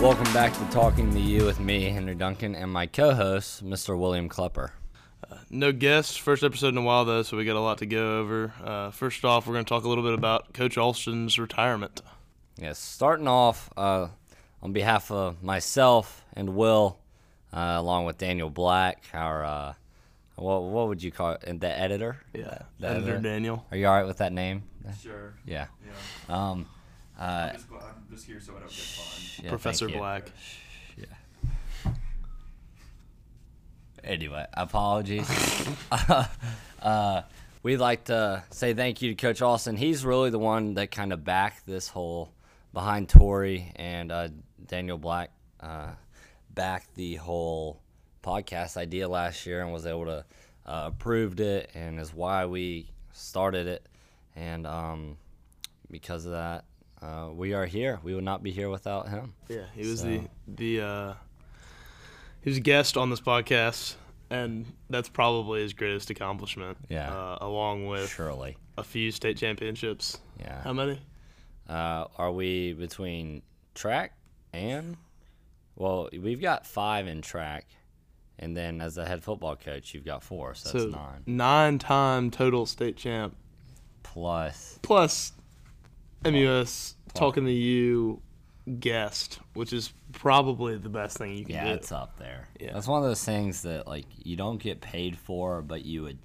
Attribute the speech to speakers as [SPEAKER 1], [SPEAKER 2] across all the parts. [SPEAKER 1] Welcome back to Talking to You with me, Henry Duncan, and my co host, Mr. William Klepper.
[SPEAKER 2] No guests. First episode in a while, though, so we got a lot to go over. Uh, first off, we're going to talk a little bit about Coach Alston's retirement.
[SPEAKER 1] Yes, starting off uh, on behalf of myself and Will, uh, along with Daniel Black, our, uh, what, what would you call it? The editor?
[SPEAKER 2] Yeah.
[SPEAKER 1] The
[SPEAKER 2] Editor
[SPEAKER 1] editor.
[SPEAKER 2] Daniel.
[SPEAKER 1] Are you all right with that name?
[SPEAKER 3] Sure.
[SPEAKER 1] Yeah.
[SPEAKER 3] Yeah.
[SPEAKER 1] Um, uh,
[SPEAKER 3] I'm, just glad, I'm just here so I don't get fined.
[SPEAKER 1] yeah,
[SPEAKER 2] Professor
[SPEAKER 1] thank you.
[SPEAKER 2] Black.
[SPEAKER 1] Anyway, apologies. uh, we'd like to say thank you to Coach Austin. He's really the one that kind of backed this whole behind Tory and uh, Daniel Black uh, backed the whole podcast idea last year and was able to uh, approved it and is why we started it. And um, because of that, uh, we are here. We would not be here without him.
[SPEAKER 2] Yeah, he was
[SPEAKER 1] So-
[SPEAKER 2] the the uh, he was a guest on this podcast, and that's probably his greatest accomplishment.
[SPEAKER 1] Yeah.
[SPEAKER 2] uh, along with
[SPEAKER 1] Surely.
[SPEAKER 2] a few state championships.
[SPEAKER 1] Yeah.
[SPEAKER 2] How many?
[SPEAKER 1] Uh, are we between track and? Well, we've got five in track, and then as the head football coach, you've got four, so, that's nine.
[SPEAKER 2] time total state champ
[SPEAKER 1] Plus,
[SPEAKER 2] plus MUS talking to you guest, which is probably the best thing you can
[SPEAKER 1] yeah,
[SPEAKER 2] do.
[SPEAKER 1] it's up there.
[SPEAKER 2] Yeah.
[SPEAKER 1] That's one of those things that like you don't get paid for, but you would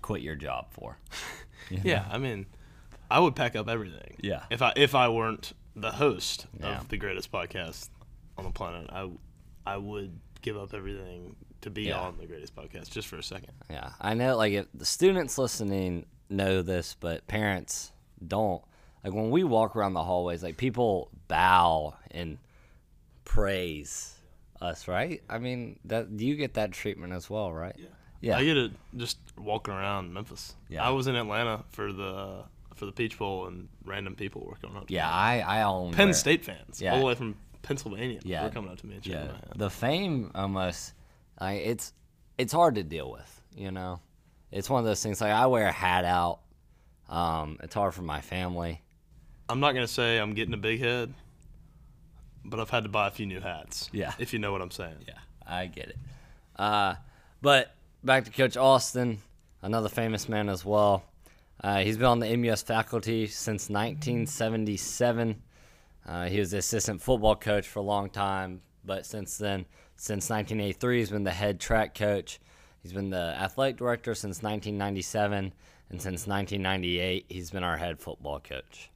[SPEAKER 1] quit your job for.
[SPEAKER 2] Yeah, I mean, I would pack up everything.
[SPEAKER 1] Yeah.
[SPEAKER 2] If I if I weren't the host
[SPEAKER 1] Yeah.
[SPEAKER 2] of the greatest podcast on the planet, I I would give up everything to be
[SPEAKER 1] Yeah.
[SPEAKER 2] on the greatest podcast just for a second.
[SPEAKER 1] Yeah, I know. Like, if the students listening know this, but parents don't. Like when we walk around the hallways, like people bow and praise us, right? I mean, that you get that treatment as well, right? Yeah.
[SPEAKER 2] I get it just walking around Memphis.
[SPEAKER 1] Yeah.
[SPEAKER 2] I was in Atlanta for the for the Peach Bowl and random people were coming up to
[SPEAKER 1] Yeah,
[SPEAKER 2] me.
[SPEAKER 1] I I own
[SPEAKER 2] Penn
[SPEAKER 1] wear-
[SPEAKER 2] State fans
[SPEAKER 1] Yeah.
[SPEAKER 2] all the way from Pennsylvania.
[SPEAKER 1] Yeah.
[SPEAKER 2] were coming up to me and shaking
[SPEAKER 1] Yeah,
[SPEAKER 2] my hand.
[SPEAKER 1] the fame almost. I it's it's hard to deal with, you know. It's one of those things. Like I wear a hat out. Um, it's hard for my family.
[SPEAKER 2] I'm not gonna say I'm getting a big head, but I've had to buy a few new hats.
[SPEAKER 1] Yeah.
[SPEAKER 2] If you know what I'm saying.
[SPEAKER 1] Yeah, I get it. Uh, but back to Coach Austin, another famous man as well. Uh, he's been on the MUS faculty since 1977. Uh, he was the assistant football coach for a long time, but since then, since 1983, he's been the head track coach. He's been the athletic director since 1997, and since 1998, he's been our head football coach.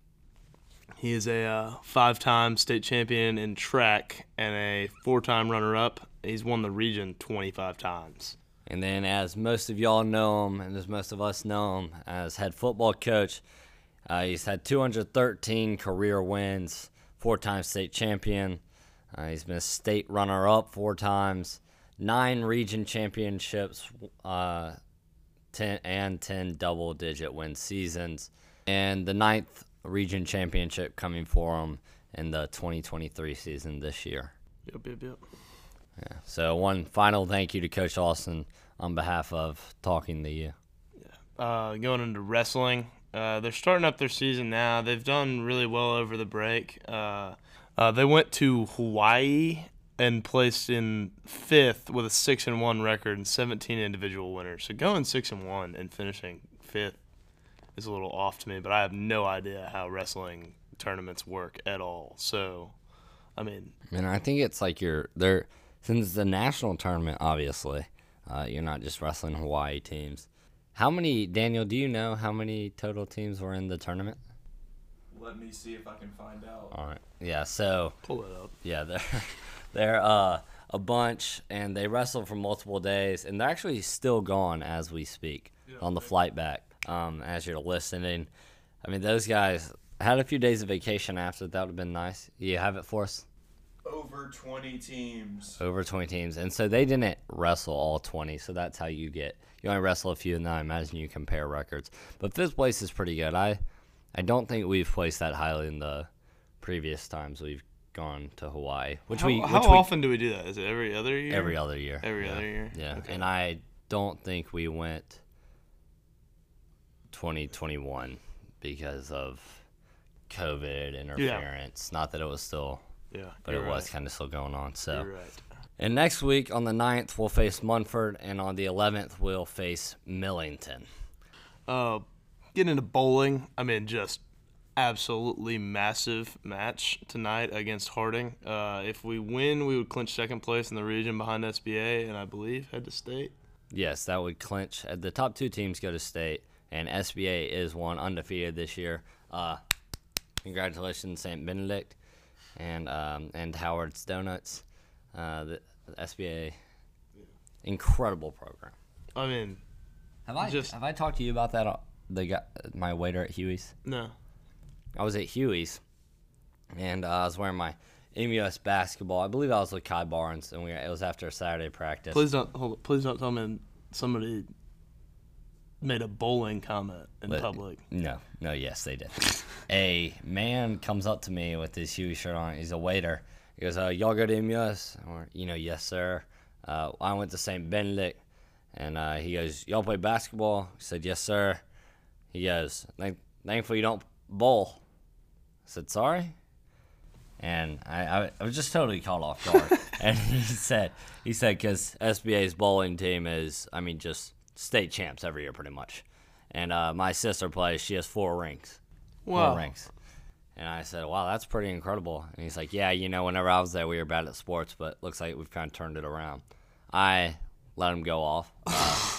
[SPEAKER 2] He is a uh, five time state champion in track and a four time runner up. He's won the region 25 times.
[SPEAKER 1] And then, as most of y'all know him, and as most of us know him, as head football coach, uh, he's had 213 career wins, four time state champion. Uh, he's been a state runner up four times, nine region championships, uh, 10 and 10 double digit win seasons, and the ninth region championship coming for him in the 2023 season this year.
[SPEAKER 2] Yep, yep, yep.
[SPEAKER 1] So, one final thank you to Coach Austin on behalf of Talking to You.
[SPEAKER 2] Uh, going into wrestling, uh, they're starting up their season now. They've done really well over the break. Uh, uh, they went to Hawaii and placed in fifth with a six and one record and 17 individual winners. So going six and one and finishing fifth is a little off to me, but I have no idea how wrestling tournaments work at all. So, I mean,
[SPEAKER 1] And I think it's like you're there since it's a national tournament, obviously. Uh, you're not just wrestling Hawaii teams. How many, Daniel, do you know how many total teams were in the tournament?
[SPEAKER 3] Let me see if I can find out.
[SPEAKER 1] All right. Yeah, so
[SPEAKER 2] pull it up.
[SPEAKER 1] yeah, they're they're uh, a bunch and they wrestled for multiple days and they're actually still gone as we speak on the flight back. Um, as you're listening. I mean those guys had a few days of vacation after that would have been nice. You have it for us?
[SPEAKER 3] Over 20 teams.
[SPEAKER 1] over 20 teams and so they didn't wrestle all 20 so that's how you get you only wrestle a few and then i imagine you compare records but fifth place is pretty good i i don't think we've placed that highly in the previous times we've gone to hawaii which
[SPEAKER 2] How,
[SPEAKER 1] we
[SPEAKER 2] how
[SPEAKER 1] which we
[SPEAKER 2] often do we do that? Is it every other year?
[SPEAKER 1] every other year
[SPEAKER 2] Every
[SPEAKER 1] yeah.
[SPEAKER 2] other year?
[SPEAKER 1] yeah
[SPEAKER 2] Okay.
[SPEAKER 1] and i don't think we went 2021 because of covid interference not that it was still
[SPEAKER 2] Yeah.
[SPEAKER 1] but it
[SPEAKER 2] you're
[SPEAKER 1] was
[SPEAKER 2] right.
[SPEAKER 1] kind of still going on. So,
[SPEAKER 2] You're right.
[SPEAKER 1] and next week on the 9th, we'll face Munford, and on the 11th, we'll face Millington.
[SPEAKER 2] Uh, getting into bowling, I mean, just absolutely massive match tonight against Harding. Uh, if we win, we would clinch second place in the region behind SBA and I believe head to state.
[SPEAKER 1] Yes, that would clinch. uh, The top two teams go to state, and SBA is one undefeated this year. Uh, congratulations, St. Benedict, and um, and Howard's Donuts. Uh, the, the SBA, incredible program.
[SPEAKER 2] I mean,
[SPEAKER 1] Have I
[SPEAKER 2] Just-
[SPEAKER 1] have I talked to you about that? uh, The guy, my waiter at Huey's.
[SPEAKER 2] no.
[SPEAKER 1] I was at Huey's, and uh, I was wearing my MUS basketball. I believe I was with Kai Barnes, and we it was after a Saturday practice.
[SPEAKER 2] Please don't hold. Up, please don't tell me somebody made a bowling comment in
[SPEAKER 1] But-
[SPEAKER 2] public.
[SPEAKER 1] No, no, yes, they did. a man comes up to me with his Huey shirt on. He's a waiter. He goes, uh, "Y'all go to MUS?" Or you know, yes, sir. Uh, I went to St. Benedict, and uh, he goes, "Y'all play basketball?" I said, "Yes, sir." He goes, "Thank- "Thankfully, you don't bowl." I said, "Sorry." And I, I, I was just totally caught off guard. and he said, he said, because SBA's bowling team is, I mean, just state champs every year, pretty much. And uh, my sister plays; she has four rings,
[SPEAKER 2] Wow.
[SPEAKER 1] four rings. And I said, "Wow, that's pretty incredible." And he's like, "Yeah, you know, whenever I was there, we were bad at sports, but looks like we've kind of turned it around." I let him go off. Uh,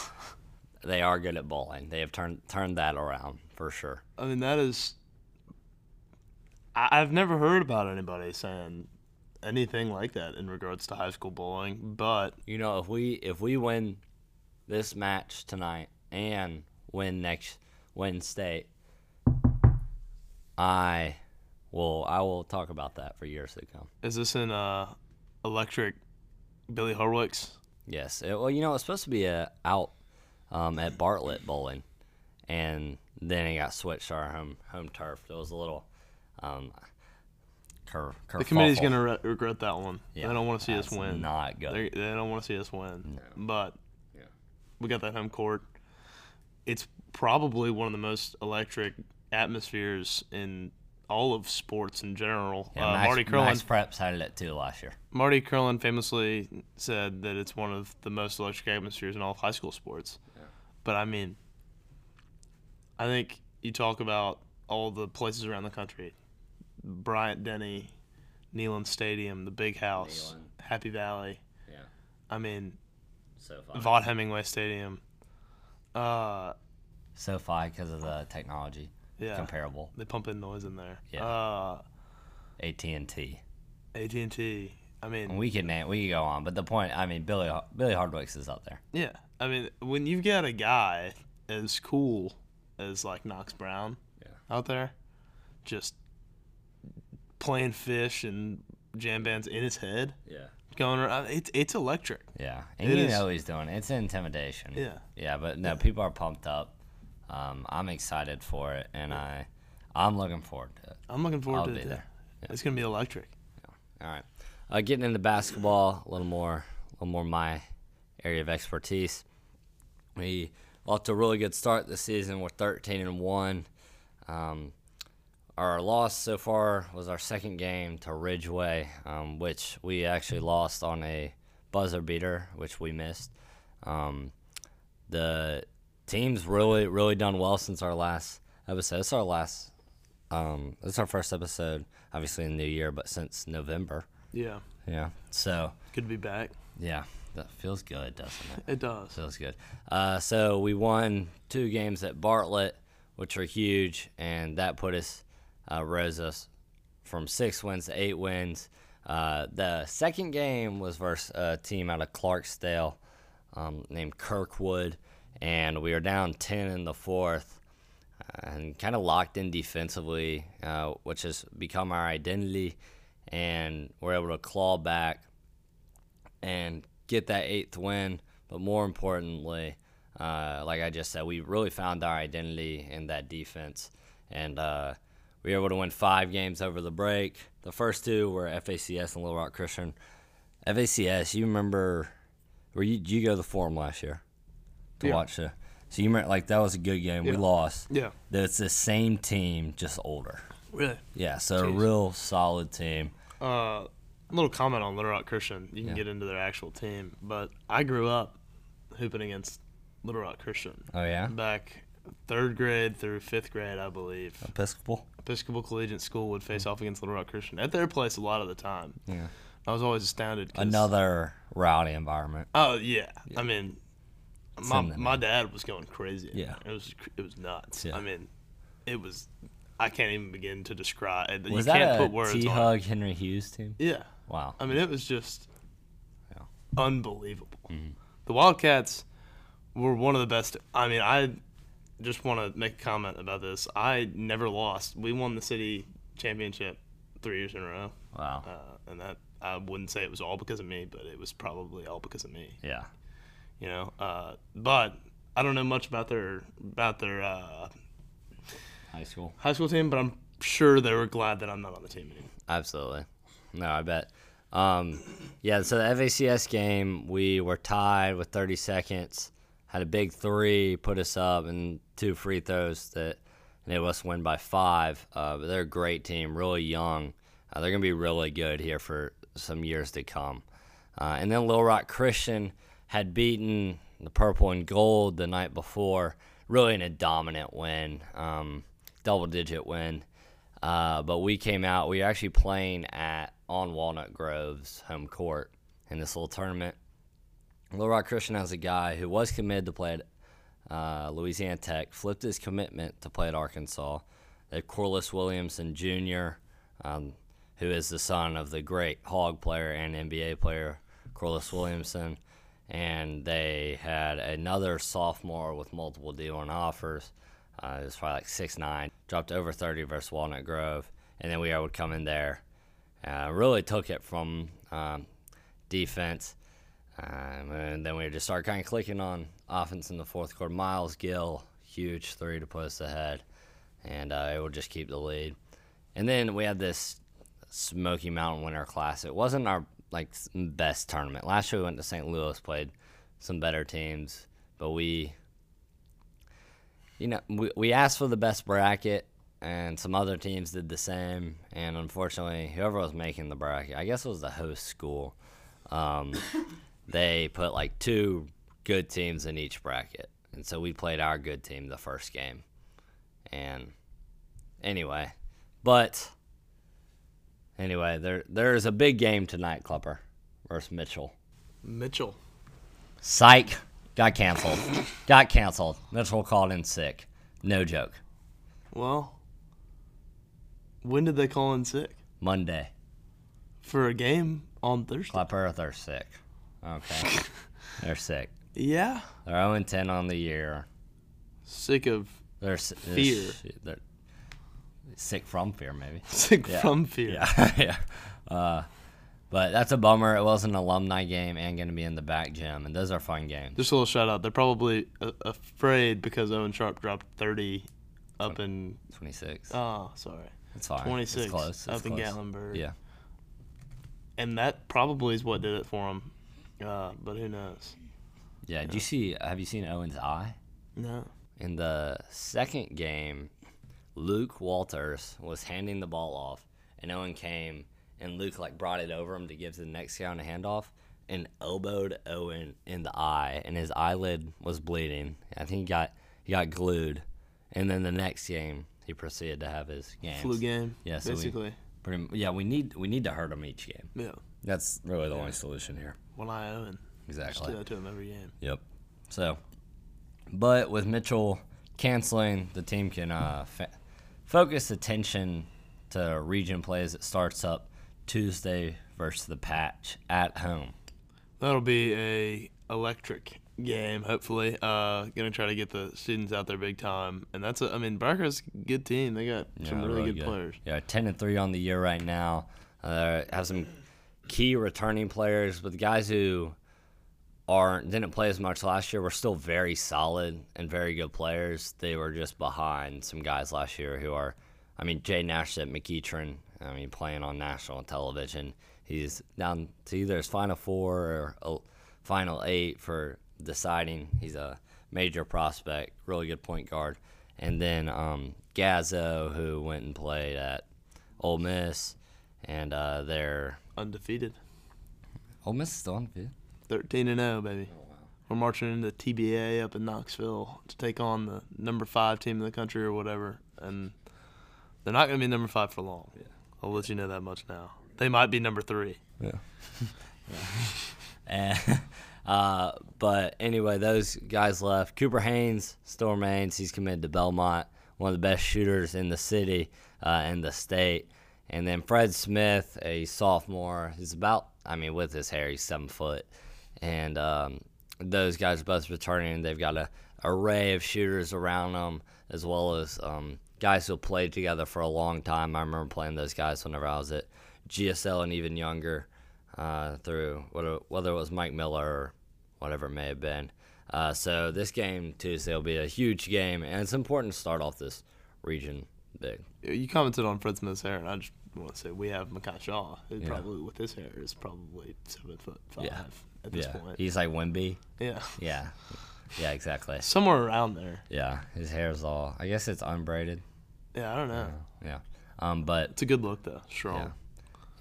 [SPEAKER 1] they are good at bowling; they have turned turned that around for sure.
[SPEAKER 2] I mean, that is. I, I've never heard about anybody saying anything like that in regards to high school bowling, but
[SPEAKER 1] You know, if we if we win this match tonight and win next Wednesday, I will I will talk about that for years to come.
[SPEAKER 2] is this in uh, electric Billy Horwicks?
[SPEAKER 1] Yes. It, well, you know, it's supposed to be a out um, at Bartlett Bowling, and then it got switched to our home home turf. It was a little um, cur,
[SPEAKER 2] The committee's gonna re- regret that one.
[SPEAKER 1] Yeah,
[SPEAKER 2] they don't want to see us
[SPEAKER 1] that's
[SPEAKER 2] win.
[SPEAKER 1] Not good.
[SPEAKER 2] They, they don't want to see us win. But
[SPEAKER 1] Yeah.
[SPEAKER 2] we got that home court. It's probably one of the most electric atmospheres in all of sports in general.
[SPEAKER 1] yeah,
[SPEAKER 2] uh,
[SPEAKER 1] Max,
[SPEAKER 2] Marty Curlin,
[SPEAKER 1] Max Preps had it too last year.
[SPEAKER 2] Marty Curlin famously said that it's one of the most electric atmospheres in all of high school sports. But I mean, I think you talk about all the places around the country Bryant Denny, Neyland Stadium, the Big House,
[SPEAKER 1] Neyland.
[SPEAKER 2] Happy Valley.
[SPEAKER 1] Yeah.
[SPEAKER 2] I mean,
[SPEAKER 1] So far.
[SPEAKER 2] Vaught Hemingway Stadium. Uh,
[SPEAKER 1] SoFi because of the technology.
[SPEAKER 2] yeah,
[SPEAKER 1] Comparable.
[SPEAKER 2] they pump in noise in there.
[SPEAKER 1] Yeah.
[SPEAKER 2] Uh,
[SPEAKER 1] AT and T.
[SPEAKER 2] AT and T. I mean,
[SPEAKER 1] We could name, we could go on, but the point, I mean, Billy Billy Hardwick's is up there.
[SPEAKER 2] yeah. I mean, when you've got a guy as cool as like Knox Brown
[SPEAKER 1] Yeah.
[SPEAKER 2] out there, just playing fish and jam bands in his head,
[SPEAKER 1] Yeah.
[SPEAKER 2] going around. It's it's electric.
[SPEAKER 1] Yeah, and
[SPEAKER 2] It
[SPEAKER 1] you
[SPEAKER 2] is-
[SPEAKER 1] know he's doing it. it's intimidation.
[SPEAKER 2] Yeah.
[SPEAKER 1] Yeah, but no, people are pumped up. Um, I'm excited for it, and I, I'm looking forward to it.
[SPEAKER 2] I'm looking forward
[SPEAKER 1] I'll
[SPEAKER 2] to
[SPEAKER 1] be
[SPEAKER 2] it.
[SPEAKER 1] there.
[SPEAKER 2] It's gonna be electric.
[SPEAKER 1] All right, uh, getting into basketball a little more, a little more my area of expertise. We off to a really good start this season. We're 13 and one. Um, our loss so far was our second game to Ridgeway, um, which we actually lost on a buzzer beater, which we missed. Um, the team's really, really done well since our last episode. It's our last, um, it's our first episode, obviously in the new year, but since November.
[SPEAKER 2] Yeah,
[SPEAKER 1] Yeah. So,
[SPEAKER 2] good to be back.
[SPEAKER 1] yeah, that feels good, doesn't it?
[SPEAKER 2] It does.
[SPEAKER 1] Feels good. Uh, so we won two games at Bartlett, which are huge, and that put us uh, rose us from six wins to eight wins. Uh, the second game was versus a team out of Clarksdale um, named Kirkwood, and we were down ten in the fourth. uh, And kind of locked in defensively, uh, which has become our identity, and we're able to claw back and get that eighth win. But more importantly, uh, like I just said, we really found our identity in that defense, and uh, we were able to win five games over the break. The first two were FACS and Little Rock Christian. FACS, you remember? Were you did you go to the forum last year to
[SPEAKER 2] Yeah.
[SPEAKER 1] watch the? So you remember, like that was a good game. We
[SPEAKER 2] Yeah.
[SPEAKER 1] lost.
[SPEAKER 2] Yeah,
[SPEAKER 1] It's the same team, just older.
[SPEAKER 2] really.
[SPEAKER 1] Yeah, so a real solid team.
[SPEAKER 2] uh, little comment on Little Rock Christian. You can get into their actual team, but I grew up hooping against Little Rock Christian
[SPEAKER 1] Oh yeah,
[SPEAKER 2] back third grade through fifth grade, I believe.
[SPEAKER 1] Episcopal.
[SPEAKER 2] Episcopal Collegiate School would face off against Little Rock Christian at their place a lot of the time.
[SPEAKER 1] Mm. Yeah,
[SPEAKER 2] I was always astounded. 'cause-
[SPEAKER 1] another rowdy environment.
[SPEAKER 2] Oh yeah. I mean, my,
[SPEAKER 1] in the
[SPEAKER 2] my dad was going crazy.
[SPEAKER 1] Yeah.
[SPEAKER 2] It was cr- it was nuts.
[SPEAKER 1] Yeah.
[SPEAKER 2] I mean, it was. I can't even begin to describe. it.
[SPEAKER 1] Was
[SPEAKER 2] you
[SPEAKER 1] that
[SPEAKER 2] can't
[SPEAKER 1] a
[SPEAKER 2] put words
[SPEAKER 1] T
[SPEAKER 2] on. it.
[SPEAKER 1] Hug Henry Hughes team?
[SPEAKER 2] Yeah.
[SPEAKER 1] Wow.
[SPEAKER 2] I mean, it was just
[SPEAKER 1] Yeah.
[SPEAKER 2] unbelievable. The Wildcats were one of the best. I mean, I just want to make a comment about this. I never lost. We won the city championship three years in a row,
[SPEAKER 1] Wow.
[SPEAKER 2] uh, and that I wouldn't say it was all because of me, but it was probably all because of me.
[SPEAKER 1] Yeah.
[SPEAKER 2] You know, uh, but I don't know much about their about their uh,
[SPEAKER 1] High school.
[SPEAKER 2] high school team, but I'm sure they were glad that I'm not on the team anymore.
[SPEAKER 1] Absolutely. No, I bet. Um, yeah, so the FACS game, we were tied with 30 seconds, had a big three, put us up, and two free throws that enabled us to win by five. Uh, but they're a great team, really young. Uh, they're going to be really good here for some years to come. Uh, and then Little Rock Christian had beaten the Purple and Gold the night before, really in a dominant win, um, double digit win. Uh, but we came out. We were actually playing at on Walnut Grove's home court in this little tournament. Little Rock Christian has a guy who was committed to play at uh, Louisiana Tech, flipped his commitment to play at Arkansas. They have Corliss Williamson Jr., um, who is the son of the great Hog player and NBA player Corliss Williamson. And they had another sophomore with multiple deal and offers. Uh, it was probably like six nine. Dropped over thirty versus Walnut Grove, and then we would come in there. Uh, really took it from um, defense, um, and then we just started kind of clicking on offense in the fourth quarter. Miles Gill, huge three to put us ahead, and uh, it would just keep the lead. And then we had this Smoky Mountain Winter Class. It wasn't our like s- best tournament. Last year we went to St. Louis, played some better teams, but we you know, we, we asked for the best bracket, and some other teams did the same. And unfortunately, whoever was making the bracket, I guess it was the host school, um, they put like two good teams in each bracket. And so we played our good team the first game. And anyway, but anyway, there there is a big game tonight, Clupper versus Mitchell.
[SPEAKER 2] Mitchell.
[SPEAKER 1] Psych. Got canceled. Got canceled. Mitchell called in sick. No joke.
[SPEAKER 2] Well, when did they call in sick
[SPEAKER 1] Monday.
[SPEAKER 2] for a game on Thursday?
[SPEAKER 1] Clap Earth are sick. Okay. They're sick.
[SPEAKER 2] Yeah,
[SPEAKER 1] They're 0 and 10 on the year.
[SPEAKER 2] sick of
[SPEAKER 1] They're s- they're
[SPEAKER 2] Fear.
[SPEAKER 1] s- They're sick from fear, maybe.
[SPEAKER 2] sick from fear.
[SPEAKER 1] Yeah. yeah. Uh, but that's a bummer. It was an alumni game and going to be in the back gym. And those are fun games.
[SPEAKER 2] Just a little shout out. They're probably uh, afraid because Owen Sharp dropped thirty up in
[SPEAKER 1] 26.
[SPEAKER 2] oh sorry
[SPEAKER 1] It's fine.
[SPEAKER 2] twenty six
[SPEAKER 1] It's close. It's
[SPEAKER 2] up in
[SPEAKER 1] close.
[SPEAKER 2] Gatlinburg.
[SPEAKER 1] Yeah.
[SPEAKER 2] and that probably is what did it for him. Uh, but who knows?
[SPEAKER 1] Yeah. Do you see, have you seen Owen's eye?
[SPEAKER 2] No.
[SPEAKER 1] In the second game, Luke Walters was handing the ball off, and Owen came, and Luke like brought it over him to give to the next guy on the handoff, and elbowed Owen in the eye, and his eyelid was bleeding. I think he got he got glued, and then the next game he proceeded to have his games.
[SPEAKER 2] Flu game.
[SPEAKER 1] Yeah, so we-
[SPEAKER 2] basically.
[SPEAKER 1] Pretty, m- yeah, we need we need to hurt him each game.
[SPEAKER 2] yeah.
[SPEAKER 1] That's really the only solution here.
[SPEAKER 2] One eye Owen. Just
[SPEAKER 1] Exactly.
[SPEAKER 2] do that to him every game.
[SPEAKER 1] Yep. So, but with Mitchell canceling, the team can uh, fa- focus attention to region plays that starts up Tuesday versus the Patch at home.
[SPEAKER 2] That'll be a electric game, hopefully. Uh, gonna try to get the students out there big time, and that's a. I mean, Barker's a good team. They got some
[SPEAKER 1] Yeah,
[SPEAKER 2] really, good, players.
[SPEAKER 1] Yeah, ten and three on the year right now. Uh, have some key returning players, but the guys who aren't didn't play as much last year were still very solid and very good players. They were just behind some guys last year who are, I mean, Jay Nash at McEachern. I mean, playing on national television. He's down to either his final four or a final eight for deciding. He's a major prospect, really good point guard. And then um, Gazzo, who went and played at Ole Miss, and uh, they're
[SPEAKER 2] Undefeated.
[SPEAKER 1] Ole Miss is still undefeated.
[SPEAKER 2] 13 and 0, baby. We're marching into TBA up in Knoxville to take on the number five team in the country or whatever. And they're not going to be number five for long. I'll let you know that much now. They might be number three.
[SPEAKER 1] And, uh, but anyway, those guys left. Cooper Haynes still remains. He's committed to Belmont, one of the best shooters in the city uh, and the state. And then Fred Smith, a sophomore, he's about, I mean, with his hair, he's seven foot. And um, those guys are both returning. They've got a array of shooters around them, as well as um, guys who played together for a long time. I remember playing those guys whenever I was at GSL and even younger uh, through whether, whether it was Mike Miller or whatever it may have been. Uh, so this game Tuesday will be a huge game, and it's important to start off this region big.
[SPEAKER 2] You commented on Fred Smith's hair, and I just want to say we have Makai Shaw, who probably with his hair is probably seven foot five
[SPEAKER 1] Yeah.
[SPEAKER 2] at this
[SPEAKER 1] yeah,
[SPEAKER 2] point.
[SPEAKER 1] he's like Wimby.
[SPEAKER 2] Yeah.
[SPEAKER 1] Yeah, yeah, exactly.
[SPEAKER 2] Somewhere around there.
[SPEAKER 1] Yeah, his hair's all. I guess it's unbraided.
[SPEAKER 2] Yeah, I don't know.
[SPEAKER 1] Yeah, um, but
[SPEAKER 2] It's a good look, though. Strong.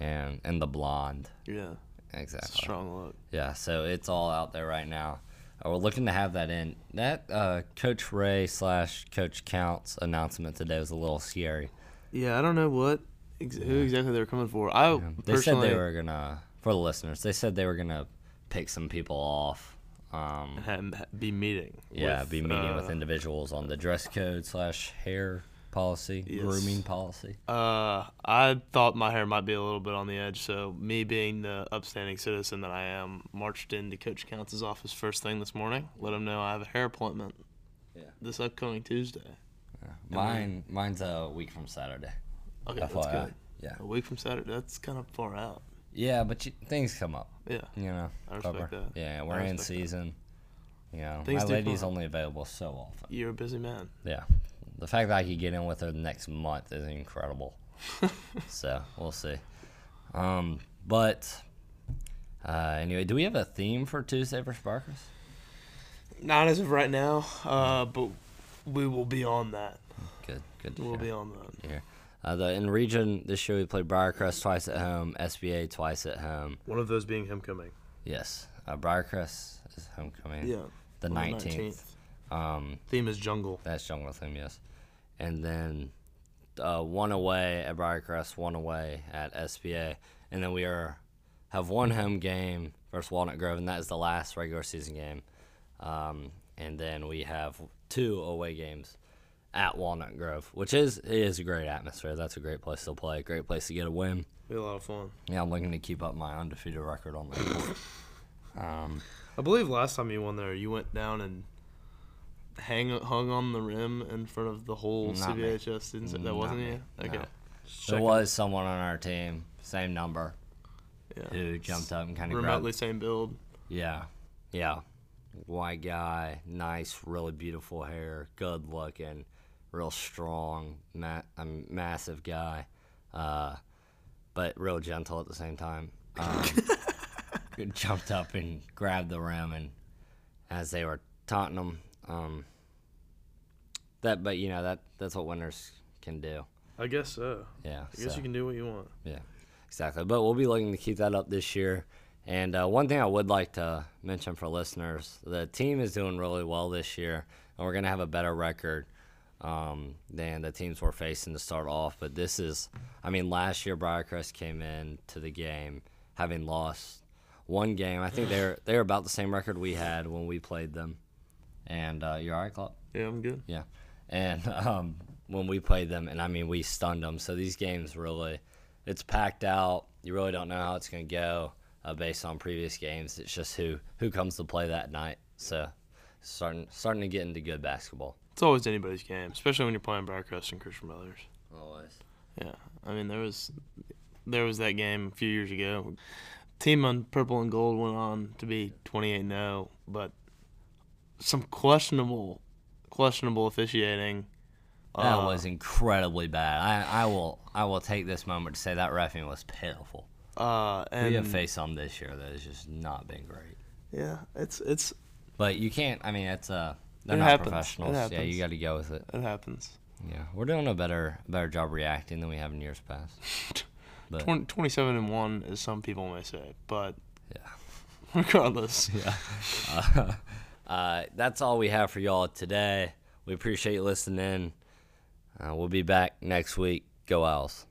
[SPEAKER 1] and and the blonde.
[SPEAKER 2] Yeah. It's a
[SPEAKER 1] Exactly.
[SPEAKER 2] strong look.
[SPEAKER 1] Yeah, so it's all out there right now. Uh, we're looking to have that in. That uh, Coach Ray slash Coach Counts announcement today was a little scary.
[SPEAKER 2] Yeah, I don't know what ex- who exactly they were coming for. I
[SPEAKER 1] They
[SPEAKER 2] personally
[SPEAKER 1] said they were gonna, for the listeners, they said they were gonna pick some people off. Um,
[SPEAKER 2] had- be meeting.
[SPEAKER 1] yeah,
[SPEAKER 2] with,
[SPEAKER 1] be meeting
[SPEAKER 2] uh,
[SPEAKER 1] with individuals on the dress code slash hair policy,
[SPEAKER 2] Yes.
[SPEAKER 1] grooming policy.
[SPEAKER 2] Uh, I thought my hair might be a little bit on the edge, so me being the upstanding citizen that I am, marched into Coach Counts' office first thing this morning. Let him know I have a hair appointment.
[SPEAKER 1] Yeah.
[SPEAKER 2] This upcoming Tuesday.
[SPEAKER 1] Mine, mine's a week from Saturday.
[SPEAKER 2] Okay, that's
[SPEAKER 1] FYI.
[SPEAKER 2] good.
[SPEAKER 1] Yeah,
[SPEAKER 2] A week from Saturday. That's kind of far out.
[SPEAKER 1] yeah, but you, things come up.
[SPEAKER 2] Yeah.
[SPEAKER 1] You know,
[SPEAKER 2] I respect that.
[SPEAKER 1] Yeah,
[SPEAKER 2] I
[SPEAKER 1] we're in
[SPEAKER 2] respect that.
[SPEAKER 1] season. You know,
[SPEAKER 2] Things
[SPEAKER 1] my
[SPEAKER 2] do
[SPEAKER 1] lady's
[SPEAKER 2] come
[SPEAKER 1] only available so often.
[SPEAKER 2] You're a busy man.
[SPEAKER 1] Yeah, the fact that I could get in with her the next month is incredible. so we'll see. Um, but uh, anyway, do we have a theme for Tuesday for Sparkers?
[SPEAKER 2] Not as of right now, uh, but we will be on that.
[SPEAKER 1] Good, good. To
[SPEAKER 2] We'll
[SPEAKER 1] hear.
[SPEAKER 2] be on that.
[SPEAKER 1] Yeah. Uh, the in region this year we played Briarcrest twice at home, SBA twice at home.
[SPEAKER 2] One of those being homecoming.
[SPEAKER 1] Yes, uh, Briarcrest is homecoming.
[SPEAKER 2] Yeah.
[SPEAKER 1] The
[SPEAKER 2] on
[SPEAKER 1] nineteenth. Um,
[SPEAKER 2] Theme is jungle.
[SPEAKER 1] that's jungle theme. Yes, and then uh, one away at Briarcrest, one away at SBA, and then we are have one home game versus Walnut Grove, and that is the last regular season game. Um, and then we have two away games at Walnut Grove, which is it is a great atmosphere. That's a great place to play. Great place to get a win.
[SPEAKER 2] Be a lot of fun.
[SPEAKER 1] Yeah, I'm looking to keep up my undefeated record on the court. Um,
[SPEAKER 2] I believe last time you won there, you went down and hang hung on the rim in front of the whole
[SPEAKER 1] Not me.
[SPEAKER 2] CBHS students. That wasn't
[SPEAKER 1] me.
[SPEAKER 2] you. Okay.
[SPEAKER 1] No.
[SPEAKER 2] Just
[SPEAKER 1] there
[SPEAKER 2] checking.
[SPEAKER 1] was someone on our team, same number,
[SPEAKER 2] Yeah.
[SPEAKER 1] who jumped up and kind of grabbed
[SPEAKER 2] Remotely same build.
[SPEAKER 1] Yeah. Yeah. White guy, nice, really beautiful hair, good looking, real strong, ma- a massive guy, uh, but real gentle at the same time. Um, jumped up and grabbed the rim, and as they were taunting him, um, that. But you know that that's what winners can do.
[SPEAKER 2] I guess so.
[SPEAKER 1] Yeah.
[SPEAKER 2] I guess
[SPEAKER 1] so.
[SPEAKER 2] you can do what you want.
[SPEAKER 1] Yeah, exactly. But we'll be looking to keep that up this year. And uh, one thing I would like to mention for listeners the team is doing really well this year, and we're going to have a better record um, than the teams we're facing to start off. But this is, I mean, last year Briarcrest came in to the game having lost one game. I think they're they're about the same record we had when we played them. And uh, you're all right, Klopp?
[SPEAKER 2] Yeah, I'm good.
[SPEAKER 1] Yeah, and um, when we played them, and I mean we stunned them. So these games really, it's packed out. You really don't know how it's gonna go uh, based on previous games. It's just who who comes to play that night. So starting starting to get into good basketball.
[SPEAKER 2] It's always anybody's game, especially when you're playing Briarcrest and Christian Brothers.
[SPEAKER 1] Always.
[SPEAKER 2] Yeah, I mean there was there was that game a few years ago. Team on purple and gold went on to be 28-0, but some questionable questionable officiating.
[SPEAKER 1] That
[SPEAKER 2] Uh,
[SPEAKER 1] was incredibly bad. I, I will I will take this moment to say that refing was pitiful.
[SPEAKER 2] Uh, and
[SPEAKER 1] we have faced some this year that has just not been great.
[SPEAKER 2] yeah, it's it's
[SPEAKER 1] But you can't. I mean, it's uh, they're
[SPEAKER 2] It
[SPEAKER 1] not
[SPEAKER 2] happens. It
[SPEAKER 1] professionals. Yeah,
[SPEAKER 2] happens.
[SPEAKER 1] you got to go with it.
[SPEAKER 2] it happens.
[SPEAKER 1] Yeah, we're doing a better better job reacting than we have in years past. But
[SPEAKER 2] 20, 27 and 1, as some people may say. But
[SPEAKER 1] Yeah.
[SPEAKER 2] regardless,
[SPEAKER 1] uh, that's all we have for y'all today. We appreciate you listening. Uh, we'll be back next week. Go Owls.